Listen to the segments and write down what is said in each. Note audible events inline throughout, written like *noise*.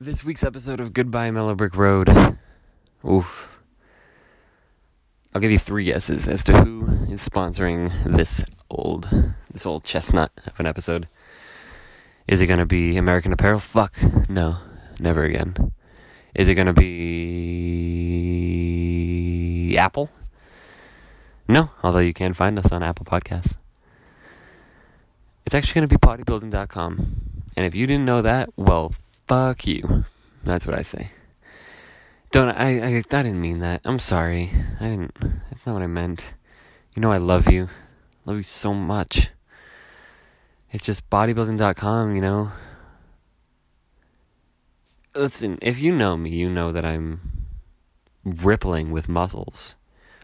This week's episode of Goodbye Mellow Brick Road. Oof. I'll give you three guesses as to who is sponsoring this old this old chestnut of an episode. Is it gonna be American Apparel? Fuck. No. Never again. Is it gonna be Apple? No, although you can find us on Apple Podcasts. It's actually gonna be bodybuilding.com. And if you didn't know that, well, fuck you. That's what I say. Don't I, I? I didn't mean that. I'm sorry. I didn't. That's not what I meant. You know I love you. Love you so much. It's just bodybuilding.com. You know. Listen, if you know me, you know that I'm rippling with muscles.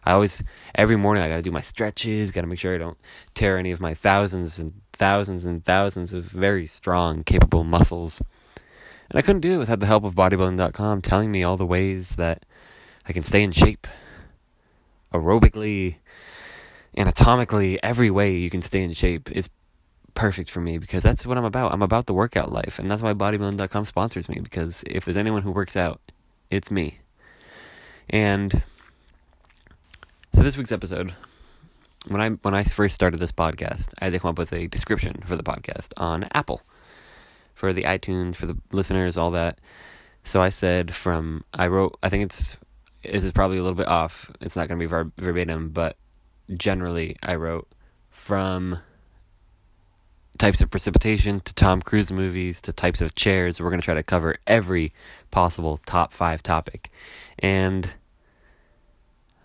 I always every morning I got to do my stretches. Got to make sure I don't tear any of my thousands and thousands and thousands of very strong, capable muscles. And I couldn't do it without the help of bodybuilding.com telling me all the ways that I can stay in shape aerobically, anatomically, every way you can stay in shape is perfect for me because that's what I'm about. I'm about the workout life, and that's why bodybuilding.com sponsors me because if there's anyone who works out, it's me. And so this week's episode when I when I first started this podcast, I had to come up with a description for the podcast on Apple for the iTunes, for the listeners, all that. So I said from I wrote. I think it's this is probably a little bit off. It's not going to be ver- verbatim, but generally I wrote from types of precipitation to Tom Cruise movies to types of chairs. We're going to try to cover every possible top five topic, and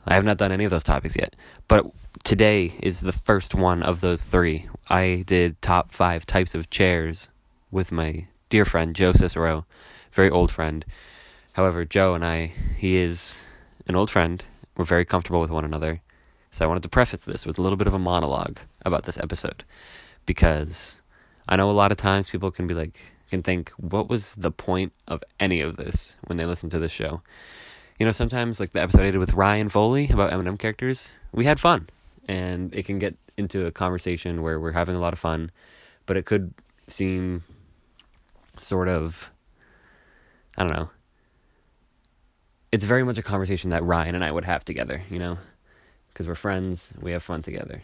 I have not done any of those topics yet. But today is the first one of those three. I did top five types of chairs with my dear friend Joe Cicero, very old friend. However, Joe and I, he is an old friend. We're very comfortable with one another. So I wanted to preface this with a little bit of a monologue about this episode because I know a lot of times people can be like, can think, what was the point of any of this when they listen to this show? You know, sometimes like the episode I did with Ryan Foley about Eminem characters, we had fun and it can get into a conversation where we're having a lot of fun, but it could seem sort of I don't know. It's very much a conversation that Ryan and I would have together, you know, because we're friends, we have fun together.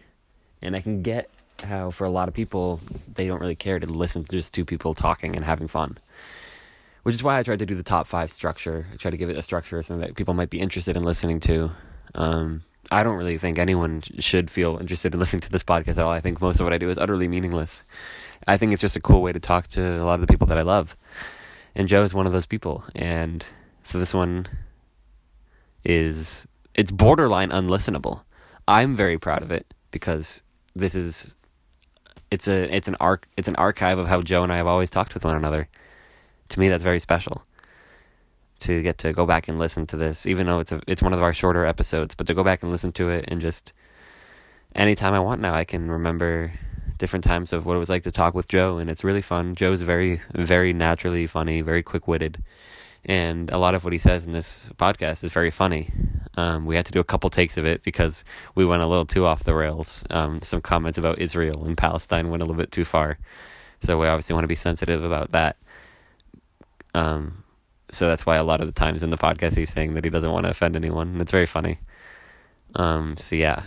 And I can get how for a lot of people they don't really care to listen to just two people talking and having fun. Which is why I tried to do the top 5 structure. I tried to give it a structure so that people might be interested in listening to. Um I don't really think anyone sh- should feel interested in listening to this podcast at all. I think most of what I do is utterly meaningless. I think it's just a cool way to talk to a lot of the people that I love. And Joe is one of those people. And so this one is it's borderline unlistenable. I'm very proud of it because this is it's a it's an arc it's an archive of how Joe and I have always talked with one another. To me that's very special to get to go back and listen to this, even though it's a, it's one of our shorter episodes, but to go back and listen to it and just anytime I want now, I can remember different times of what it was like to talk with Joe, and it's really fun. Joe's very very naturally funny, very quick witted, and a lot of what he says in this podcast is very funny. Um, we had to do a couple takes of it because we went a little too off the rails. Um, some comments about Israel and Palestine went a little bit too far, so we obviously want to be sensitive about that. Um, so that's why a lot of the times in the podcast he's saying that he doesn't want to offend anyone and it's very funny um so yeah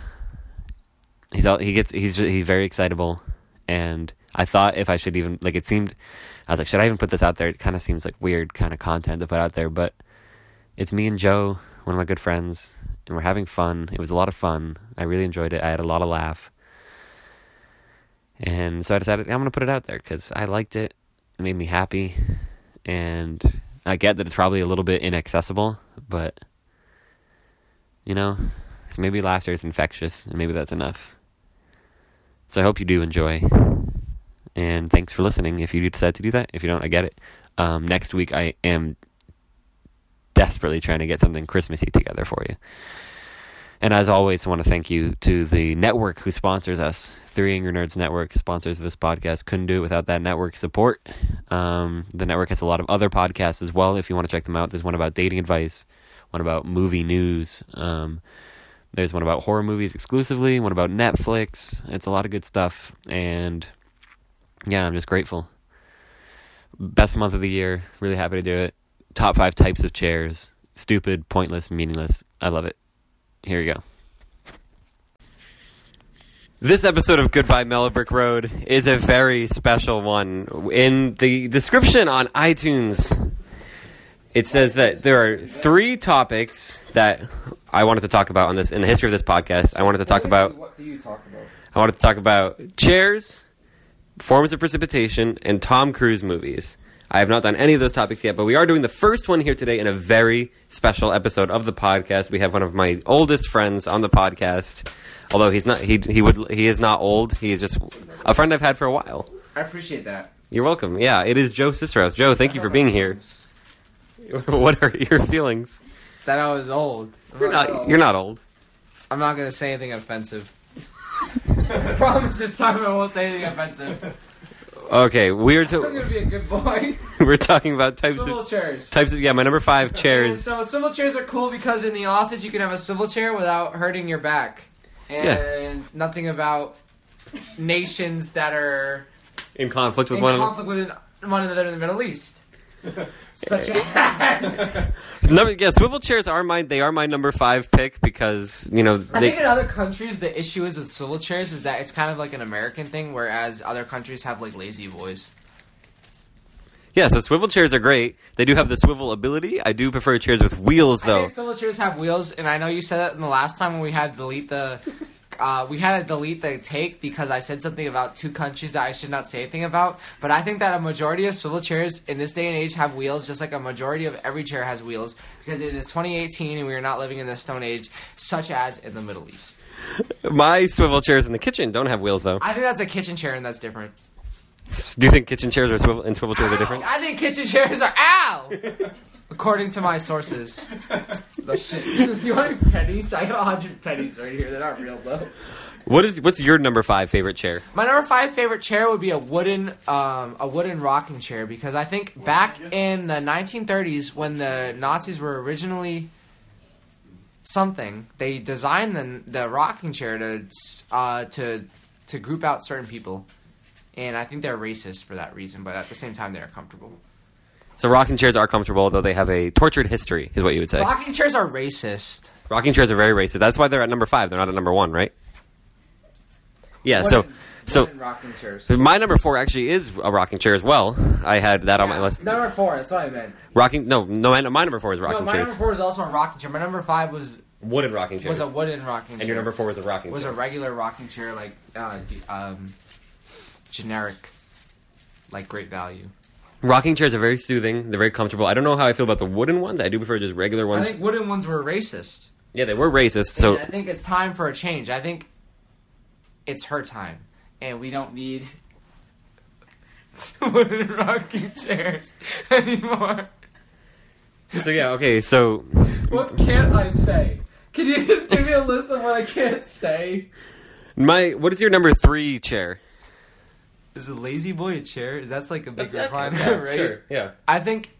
he's all he gets he's he's very excitable and i thought if i should even like it seemed i was like should i even put this out there it kind of seems like weird kind of content to put out there but it's me and joe one of my good friends and we're having fun it was a lot of fun i really enjoyed it i had a lot of laugh and so i decided i'm going to put it out there because i liked it it made me happy and I get that it's probably a little bit inaccessible, but you know, maybe laughter is infectious, and maybe that's enough. So I hope you do enjoy, and thanks for listening. If you decide to do that, if you don't, I get it. Um, next week, I am desperately trying to get something Christmassy together for you. And as always, I want to thank you to the network who sponsors us. Three Angry Nerds Network sponsors this podcast. Couldn't do it without that network support. Um, the network has a lot of other podcasts as well. If you want to check them out, there's one about dating advice, one about movie news. Um, there's one about horror movies exclusively, one about Netflix. It's a lot of good stuff. And yeah, I'm just grateful. Best month of the year. Really happy to do it. Top five types of chairs. Stupid, pointless, meaningless. I love it. Here you go. This episode of Goodbye Mellowbrook Road is a very special one. In the description on iTunes, it says that there are three topics that I wanted to talk about on this in the history of this podcast. I wanted to talk about What do you talk about? I wanted to talk about chairs, forms of precipitation, and Tom Cruise movies. I have not done any of those topics yet, but we are doing the first one here today in a very special episode of the podcast. We have one of my oldest friends on the podcast, although he's not he he would he is not old. He is just a friend I've had for a while. I appreciate that. You're welcome. Yeah, it is Joe Ciceros. Joe, thank you for being here. *laughs* what are your feelings? That I was old. I'm You're not you're not old. I'm not gonna say anything offensive. I promise this time I won't say anything offensive. Okay, we're I'm gonna to, *laughs* be a good boy. we're talking about types Swivel of chairs. types of yeah, my number 5 And chairs. so swivel chairs are cool because in the office you can have a swivel chair without hurting your back, and nothing about nations that are in conflict with in one another. conflict with an- one another in the *laughs* Middle East. Such *laughs* as Number, yeah, swivel chairs are my they are my number five pick because you know I think they in other countries the issue is with swivel chairs is that it's kind of like an American thing, whereas other countries have like lazy boys. yeah so swivel chairs are great. They do have the swivel ability. I do prefer chairs with wheels I though. think swivel chairs have wheels, and I know you said that in the last time when we had to delete *laughs* the. Uh, we had to delete the take because I said something about two countries that I should not say anything about. But I think that a majority of swivel chairs in this day and age have wheels, just like a majority of every chair has wheels, because it is 2018 and we are not living in the Stone Age, such as in the Middle East. My swivel chairs in the kitchen don't have wheels though. I think that's a kitchen chair, and that's different. Do you think kitchen chairs are swivel and swivel chairs are different? I think kitchen chairs are ow. *laughs* According to my *laughs* sources, the shit. *laughs* Do you want pennies? I got hundred pennies right here. They're not real though. What is what's your number five favorite chair? My number five favorite chair would be a wooden, um, a wooden rocking chair because I think back in the 1930s when the Nazis were originally something, they designed the the rocking chair to uh, to to group out certain people, and I think they're racist for that reason. But at the same time, they're comfortable. So rocking chairs are comfortable though they have a tortured history is what you would say. Rocking chairs are racist. Rocking chairs are very racist. That's why they're at number five. They're not at number one, right? Yeah. What Uh, so in- so. what in rocking chairs. My number four actually is a rocking chair as well. I had that on Oh, my list. Number four, that's what I meant. Rocking no no my, my number four is No, rocking my chairs. number four is also a rocking chair. My number five was Wooden rocking chairs. was a wooden rocking chair. and your number four was a rocking was a chair. regular rocking chair, like uh, d- um, generic, like great value. Rocking chairs are very soothing. They're very comfortable. I don't know how I feel about the wooden ones. I do prefer just regular I ones. think wooden ones were racist. yeah, they were racist. So And I think it's time for a change. I think it's her time, and we don't need *laughs* wooden rocking chairs *laughs* anymore. *laughs* so yeah okay. So What can't I say? Can you just give me a list of what I can't say? my what is your number three chair? Is a lazy boy a chair? Is that's like a big *laughs* Yeah, recliner, *laughs* right? sure, yeah. I think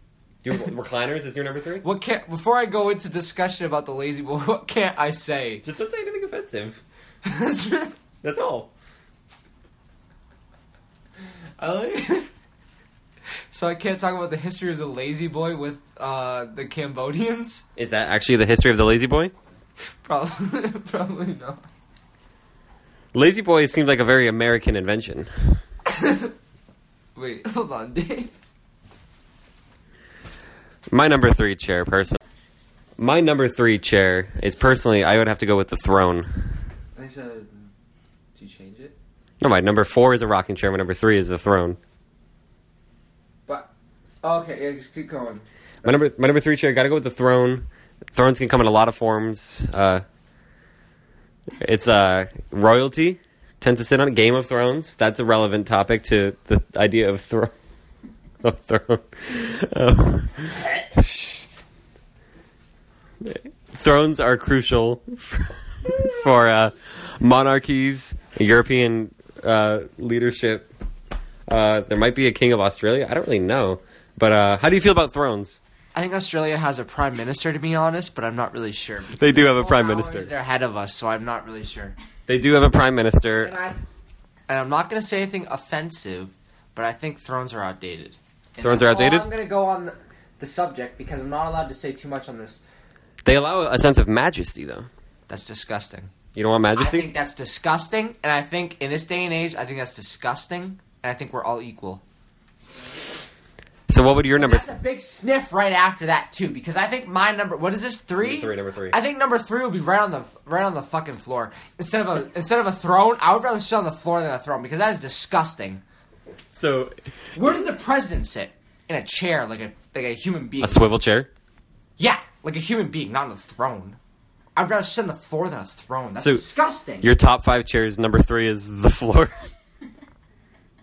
Your recliners is your number *laughs* three. what can't before I go into discussion about the lazy boy, *laughs* what can't I say? *laughs* Just don't say anything offensive. I That's all. *laughs* like So I can't talk about the history of the lazy boy with uh, the Cambodians? *laughs* Is that actually the history of the lazy boy? Probably *laughs* probably not. Lazy boy seems like a very American invention. Wait, hold on, Dave. My number three chair, person. My number three chair is personally, I would have to go with the throne. I said do you change it? No, my number four is a rocking chair. My number three is the throne. But okay, yeah, just keep going. My number, my number three chair. Got to go with the throne. Thrones can come in a lot of forms. Uh, it's uh, royalty tends to sit on Game of Thrones. That's a relevant topic to the idea of throne. *laughs* Of throne. Um, *laughs* thrones are crucial *laughs* for, for uh, monarchies, European uh, leadership. Uh, there might be a king of Australia. I don't really know. But uh, how do you feel about thrones? I think Australia has a prime minister to be honest, but I'm not really sure. They do have a prime Four minister. hours They're ahead of us, so I'm not really sure. They do have a prime And, minister. I, and I'm not going to say anything offensive, but I think thrones are outdated. Thrones are that's all outdated? I'm gonna go on the, the subject because I'm not allowed to say too much on this. They allow a sense of majesty, though. That's disgusting. You don't want majesty? I think that's disgusting, and I think in this day and age, I think that's disgusting, and I think we're all equal. so what would your number? That's a big sniff right after that too, because I think my number. What is this three? Number three, number three. I think number three would be right on the right on the fucking floor instead of a instead of a throne. I would rather sit on the floor than a throne because that is disgusting. so Where does the president sit? In a chair, like a like a human being. a swivel chair. yeah, like a human being, not on a throne. I'd rather sit on the floor than a throne. That's So, disgusting. Your top five chairs. Number three is the floor. *laughs*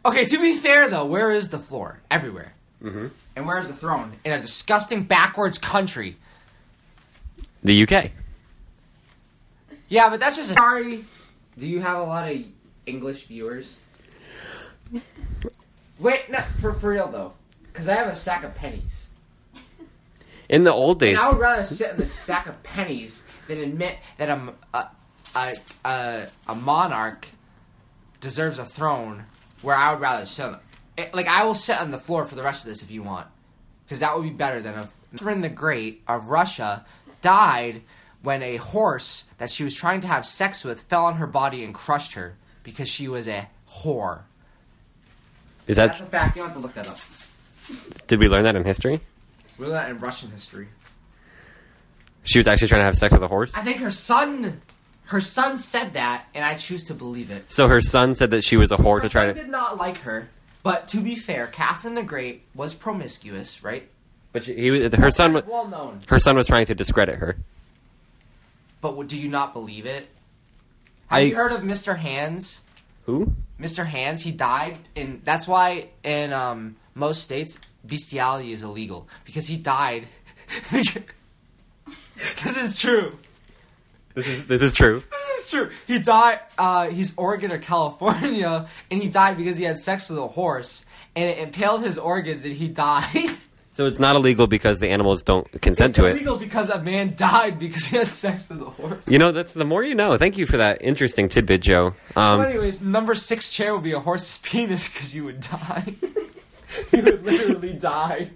Okay, to be fair though, where is the floor? Everywhere. Mm-hmm. And where is the throne? In a disgusting backwards country. the UK. Yeah, but that's just. Sorry. Do you have a lot of English viewers? Wait, no, for, for real though, because I have a sack of pennies. In the old days, And I would rather sit in this sack of pennies than admit that I'm a, a, a, a monarch deserves a throne where I would rather sit on. It, like, I will sit on the floor for the rest of this if you want. Because that would be better than if Catherine the Great of Russia died when a horse that she was trying to have sex with fell on her body and crushed her because she was a whore. is That's that a fact. You don't have to look that up. did we learn that in history? We learned that in Russian history. She was actually trying to have sex with a horse. I think her son, her son said that, and I choose to believe it. So her son said that she was a whore Her to try son to. did not like her, but to be fair, Catherine the Great was promiscuous, right? But she, he, was- her son, wa- well known. her son was trying to discredit her. But w- do you not believe it? Have I- you heard of Mr. Hands? Who? Mr. Hands, he died, and that's why in um, most states bestiality is illegal because he died. *laughs* this is true. This is this is true. *laughs* This is true. He died. Uh, he's Oregon or California, *laughs* and he died because he had sex with a horse, and it impaled his organs, and he *laughs* died. So it's not illegal because the animals don't consent it's to it. illegal because a man *laughs* died because he had sex with a horse. You know, that's the more you know. Thank you for that interesting tidbit, Joe. so, Um, anyways, number six chair would be a horse's *laughs* penis because you would die. *laughs* you *laughs* would literally die.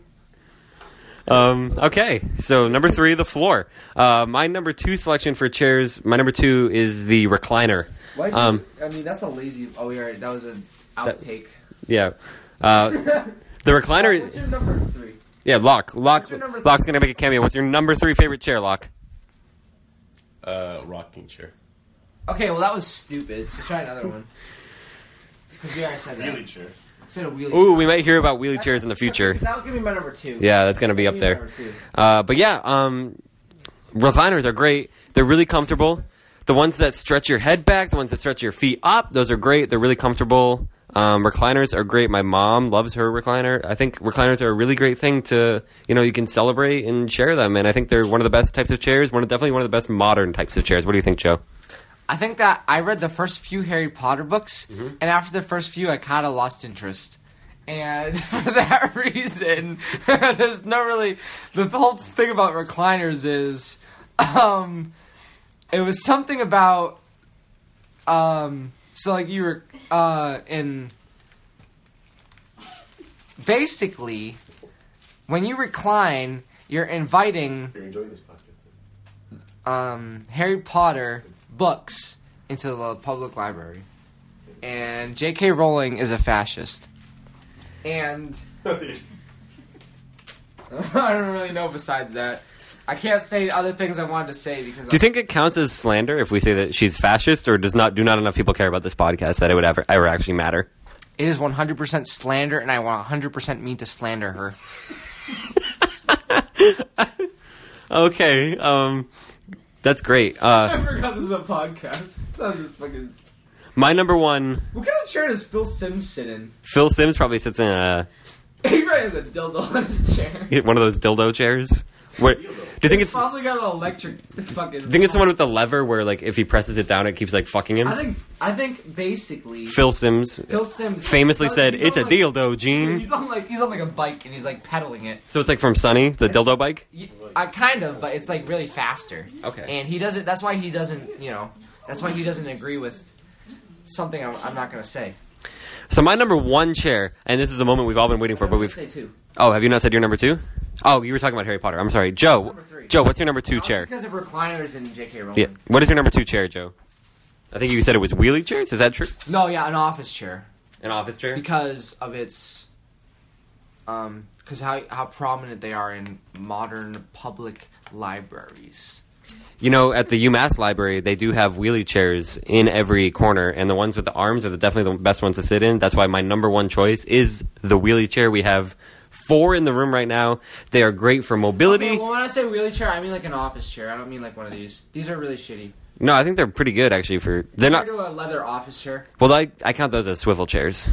um, okay, so number three, the floor. Uh, my number two selection for chairs. My number two is the recliner. Um, I mean, that's a lazy. Oh, yeah, that was an outtake. yeah, *laughs* uh, the recliner. your number three? Yeah, Locke. Locke. What's your number Locke's gonna make a cameo. What's your number three favorite chair, Locke? Uh, rocking chair. Okay, well that was stupid. So try another one. Because we already said that. Really chair. Said a wheelie. Ooh, we might hear about wheelie chairs in the future. *laughs* That was gonna be my number two. Yeah, that's gonna be up there. Uh, but yeah, um, recliners are great. They're really comfortable. The ones that stretch your head back, the ones that stretch your feet up, those are great. They're really comfortable. Um, recliners are great. My mom loves her recliner. I think recliners are a really great thing to, you know, you can celebrate and share them. And I think they're one of the best types of chairs. One of, definitely one of the best modern types of chairs. What do you think, Joe? I think that I read the first few Harry Potter books, Mm-hmm. and after the first few, I kind of lost interest. And *laughs* for that reason, *laughs* there's not really the whole thing about recliners is, um, it was something about, um, so like you were uh in, basically, when you recline, you're inviting You're enjoying this podcast. um, Harry Potter books into the public library. And J.K. Rowling is a fascist. And *laughs* I don't really know besides that. I can't say other things I wanted to say because Do you think it counts as slander if we say that she's fascist, or does not do not enough people care about this podcast that it would ever ever actually matter? it is 100% slander, and I want 100% mean to slander *laughs* her. Okay, um, that's great. Uh, forgot this is a podcast. I'm just fucking. my number one What kind of chair does Phil Sims sit in? *laughs* Phil Sims probably sits in a, He probably has a dildo on his chair. one of those dildo chairs. Where do you think it's? Do Probably got an electric fucking. you think it's the one with the lever where like if he presses it down, it keeps like fucking him? I think I think basically Phil Sims Phil Sims famously he's on- said, he's "It's a on, like- dildo, Gene." He's on like he's on like a bike and he's like pedaling it. So it's like from Sunny, the dildo bike. Y- I kind of, but it's like really faster. Okay. And he doesn't. That's why he doesn't. You know. That's why he doesn't agree with something I'm, I'm not gonna say. So my number one chair, and this is the moment we've all been waiting for, but we've. say two. Oh, have you not said your number two? Oh, you were talking about Harry Potter. I'm sorry, Joe. Number three. Joe, what's your number two Not chair? Because of recliners and J.K. Rowling. Yeah. What is your number two chair, Joe? I think you said it was wheelie chairs. Is that true? No, yeah, an office chair An office chair. because of its, um, because how how prominent they are in modern public libraries. You know, at the UMass library, they do have wheelie chairs in every corner, and the ones with the arms are the, definitely the best ones to sit in. That's why my number one choice is the wheelie chair. We have four in the room right now. They are great for mobility. Okay, well, when I say wheelchair, I mean like an office chair. I don't mean like one of these. These are really shitty. no, I think they're pretty good actually. For they're not. Compared to a leather office chair. Well, I, I count those as swivel chairs.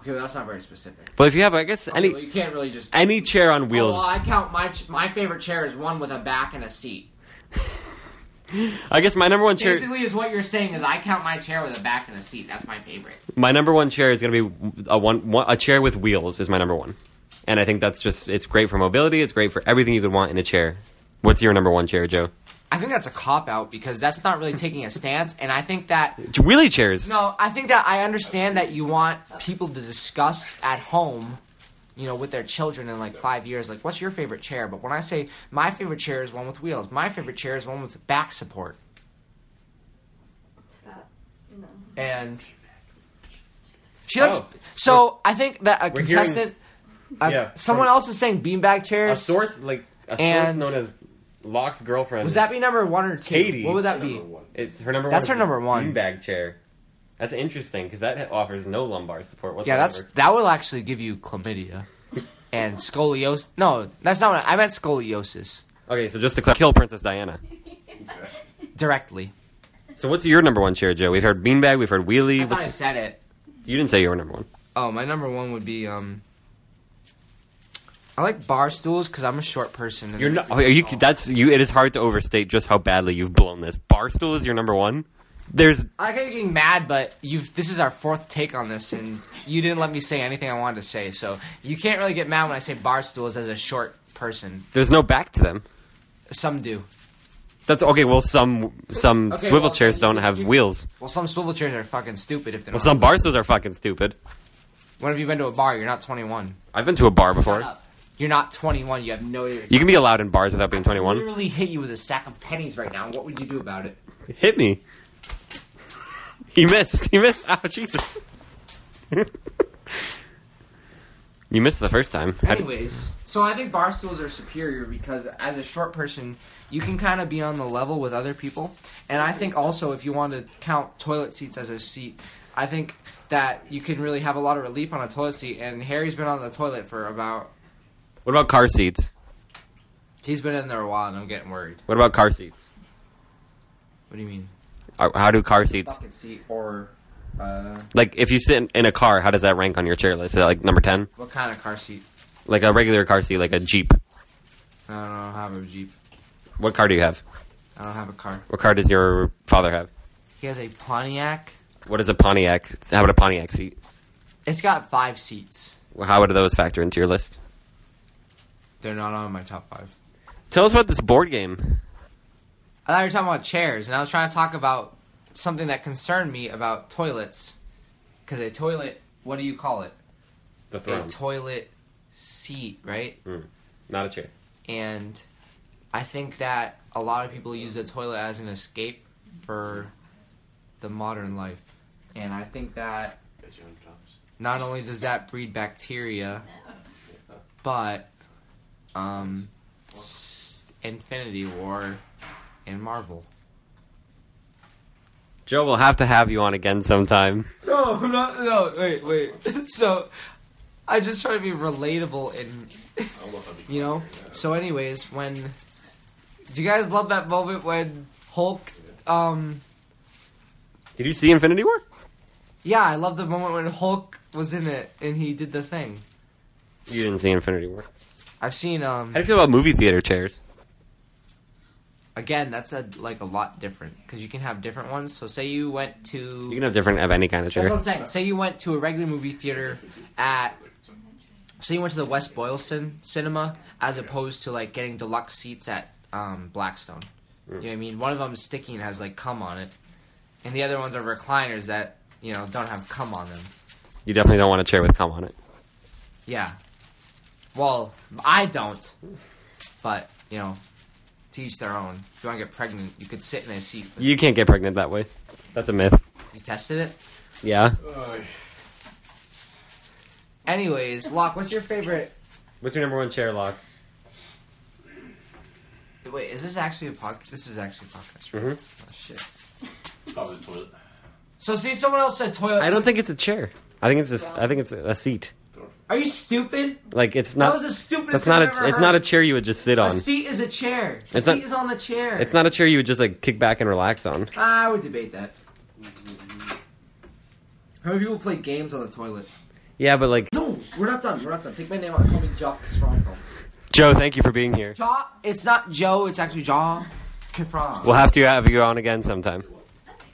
Okay, well, that's not very specific. But if you have, I guess Okay, well, any you can't really just any chair on Oh, wheels. well, I count my ch- my favorite chair is one with a back and a seat. I guess my number one chair. Basically, is what you're saying is I count my chair with a back and a seat. That's my favorite. My number one chair is going to be a one, one a chair with wheels is my number one, and I think that's just it's great for mobility. It's great for everything you could want in a chair. What's your number one chair, Joe? I think that's a cop out because that's not really taking a stance, and I think that It's wheelie chairs. no, I think that I understand that you want people to discuss at home, you know, with their children in like five years, like what's your favorite chair? But when I say my favorite chair is one with wheels, my favorite chair is one with back support, Stop. No. and she likes. Oh. so I think that a We're hearing- contestant, uh, Yeah, someone from- else is saying beanbag A chairs. source like a source And- known as Locke's girlfriend. Would that be number one or two? Katie. What would that be? Number one. It's her number. That's one her number one. Beanbag chair. That's interesting because that offers no lumbar support Yeah, whatsoever. that's that will actually give you chlamydia and scoliosis. No, that's not what I, I meant. Scoliosis okay. So just to cl- kill Princess *laughs* Diana. directly. So what's your number one chair, Joe? We've heard beanbag. We've heard wheelie. I thought What's- I said it. you didn't say your number one. Oh, my number one would be um. I like bar stools because I'm a short person. and- Oh. You're not. Oh, Are you? That's you. It is hard to overstate just how badly you've blown this. Barstool is your number one. There's I like how you're getting mad, but you've. This is our fourth take on this, and you didn't let me say anything I wanted to say. So you can't really get mad when I say bar stools as a short person. there's no back to them. Some do. That's okay. Well, some some Okay, swivel well, chairs you- don't you- have you- wheels. Well, some swivel chairs are fucking stupid if they're Well, not. some barstools are fucking stupid. When have you been to a bar? You're not 21. I've been to a bar before. Shut up. You're not 21. You have no idea. You can be allowed in bars without being 21. literally hit you with a sack of pennies right now. What would you do about it? Hit me. *laughs* He missed. He missed. Oh Jesus. *laughs* you missed the first time. How do- Anyways, so I think bar stools are superior because as a short person, you can kind of be on the level with other people. And I think also if you want to count toilet seats as a seat, I think that you can really have a lot of relief on a toilet seat. And Harry's been on the toilet for about. What about car seats? He's been in there a while, and I'm getting worried. What about car seats? What do you mean? Are- How do car seats? Bucket seat or. Uh, Like if you sit in- in a car, how does that rank on your chair list? Is that like number ten? what kind of car seat? Like a regular car seat, like a Jeep. I don't know. I don't have a Jeep. What car do you have? I don't have a car. What car does your father have? He has a Pontiac. What is a Pontiac? How about a Pontiac seat? It's got five seats. How would those factor into your list? They're not on my top five. Tell us about this board game. I thought you were talking about chairs, and I was trying to talk about something that concerned me about toilets. Because a toilet, what do you call it? The A toilet seat, right? Not a chair. And I think that a lot of people use the toilet as an escape for the modern life. And I think that Got your own jobs. not only does that breed bacteria, but um, s- Infinity War and Marvel. Joe, we'll have to have you on again sometime. No, I'm not. No, wait, wait. *laughs* So, I just try to be relatable and, *laughs* I don't know if I'd be you know. So, anyways, when do you guys love that moment when Hulk? Um, Did you see Infinity War? yeah, I love the moment when Hulk was in it and he did the thing. You didn't see Infinity War. I've seen. Um, How do you feel about movie theater chairs? again, that's a like a lot different because you can have different ones. So, say you went to. You can have different of any kind of That's what chair. I'm saying. Say you went to a regular movie theater at. Say you went to the West Boylston Cinema as opposed to like getting deluxe seats at um, Blackstone. You know what I mean? One of them's sticky and has like cum on it, and the other ones are recliners that you know don't have cum on them. You definitely don't want a chair with cum on it. Yeah. Well, I don't. But, you know, to each their own. If you want to get pregnant, you could sit in a seat. but- You can't get pregnant that way. That's a myth. You tested it? Yeah. Anyways, Locke, what's your favorite. What's your number one chair lock? Wait, is this actually a podcast? This is actually a podcast. right? Mm-hmm. Oh, shit. Probably the toilet. So, see, someone else said toilet. I don't think it's a chair. I think it's a, s- I think it's a, a seat. Are you stupid? Like it's that not. was the stupidest That's thing not I've ever a. It's heard. not a chair you would just sit A on. seat is a chair. A It's seat not- is on the chair. Ah, It's not a chair you would just like kick back and relax on. I would debate that. How many people play games on the toilet? Yeah, but like No, we're not done. We're not done. Take my name out and call me Jock Sfranco. Joe, thank you for being here. Jaw. It's not Joe. It's actually Jaw Kefron. We'll have to have you on again sometime.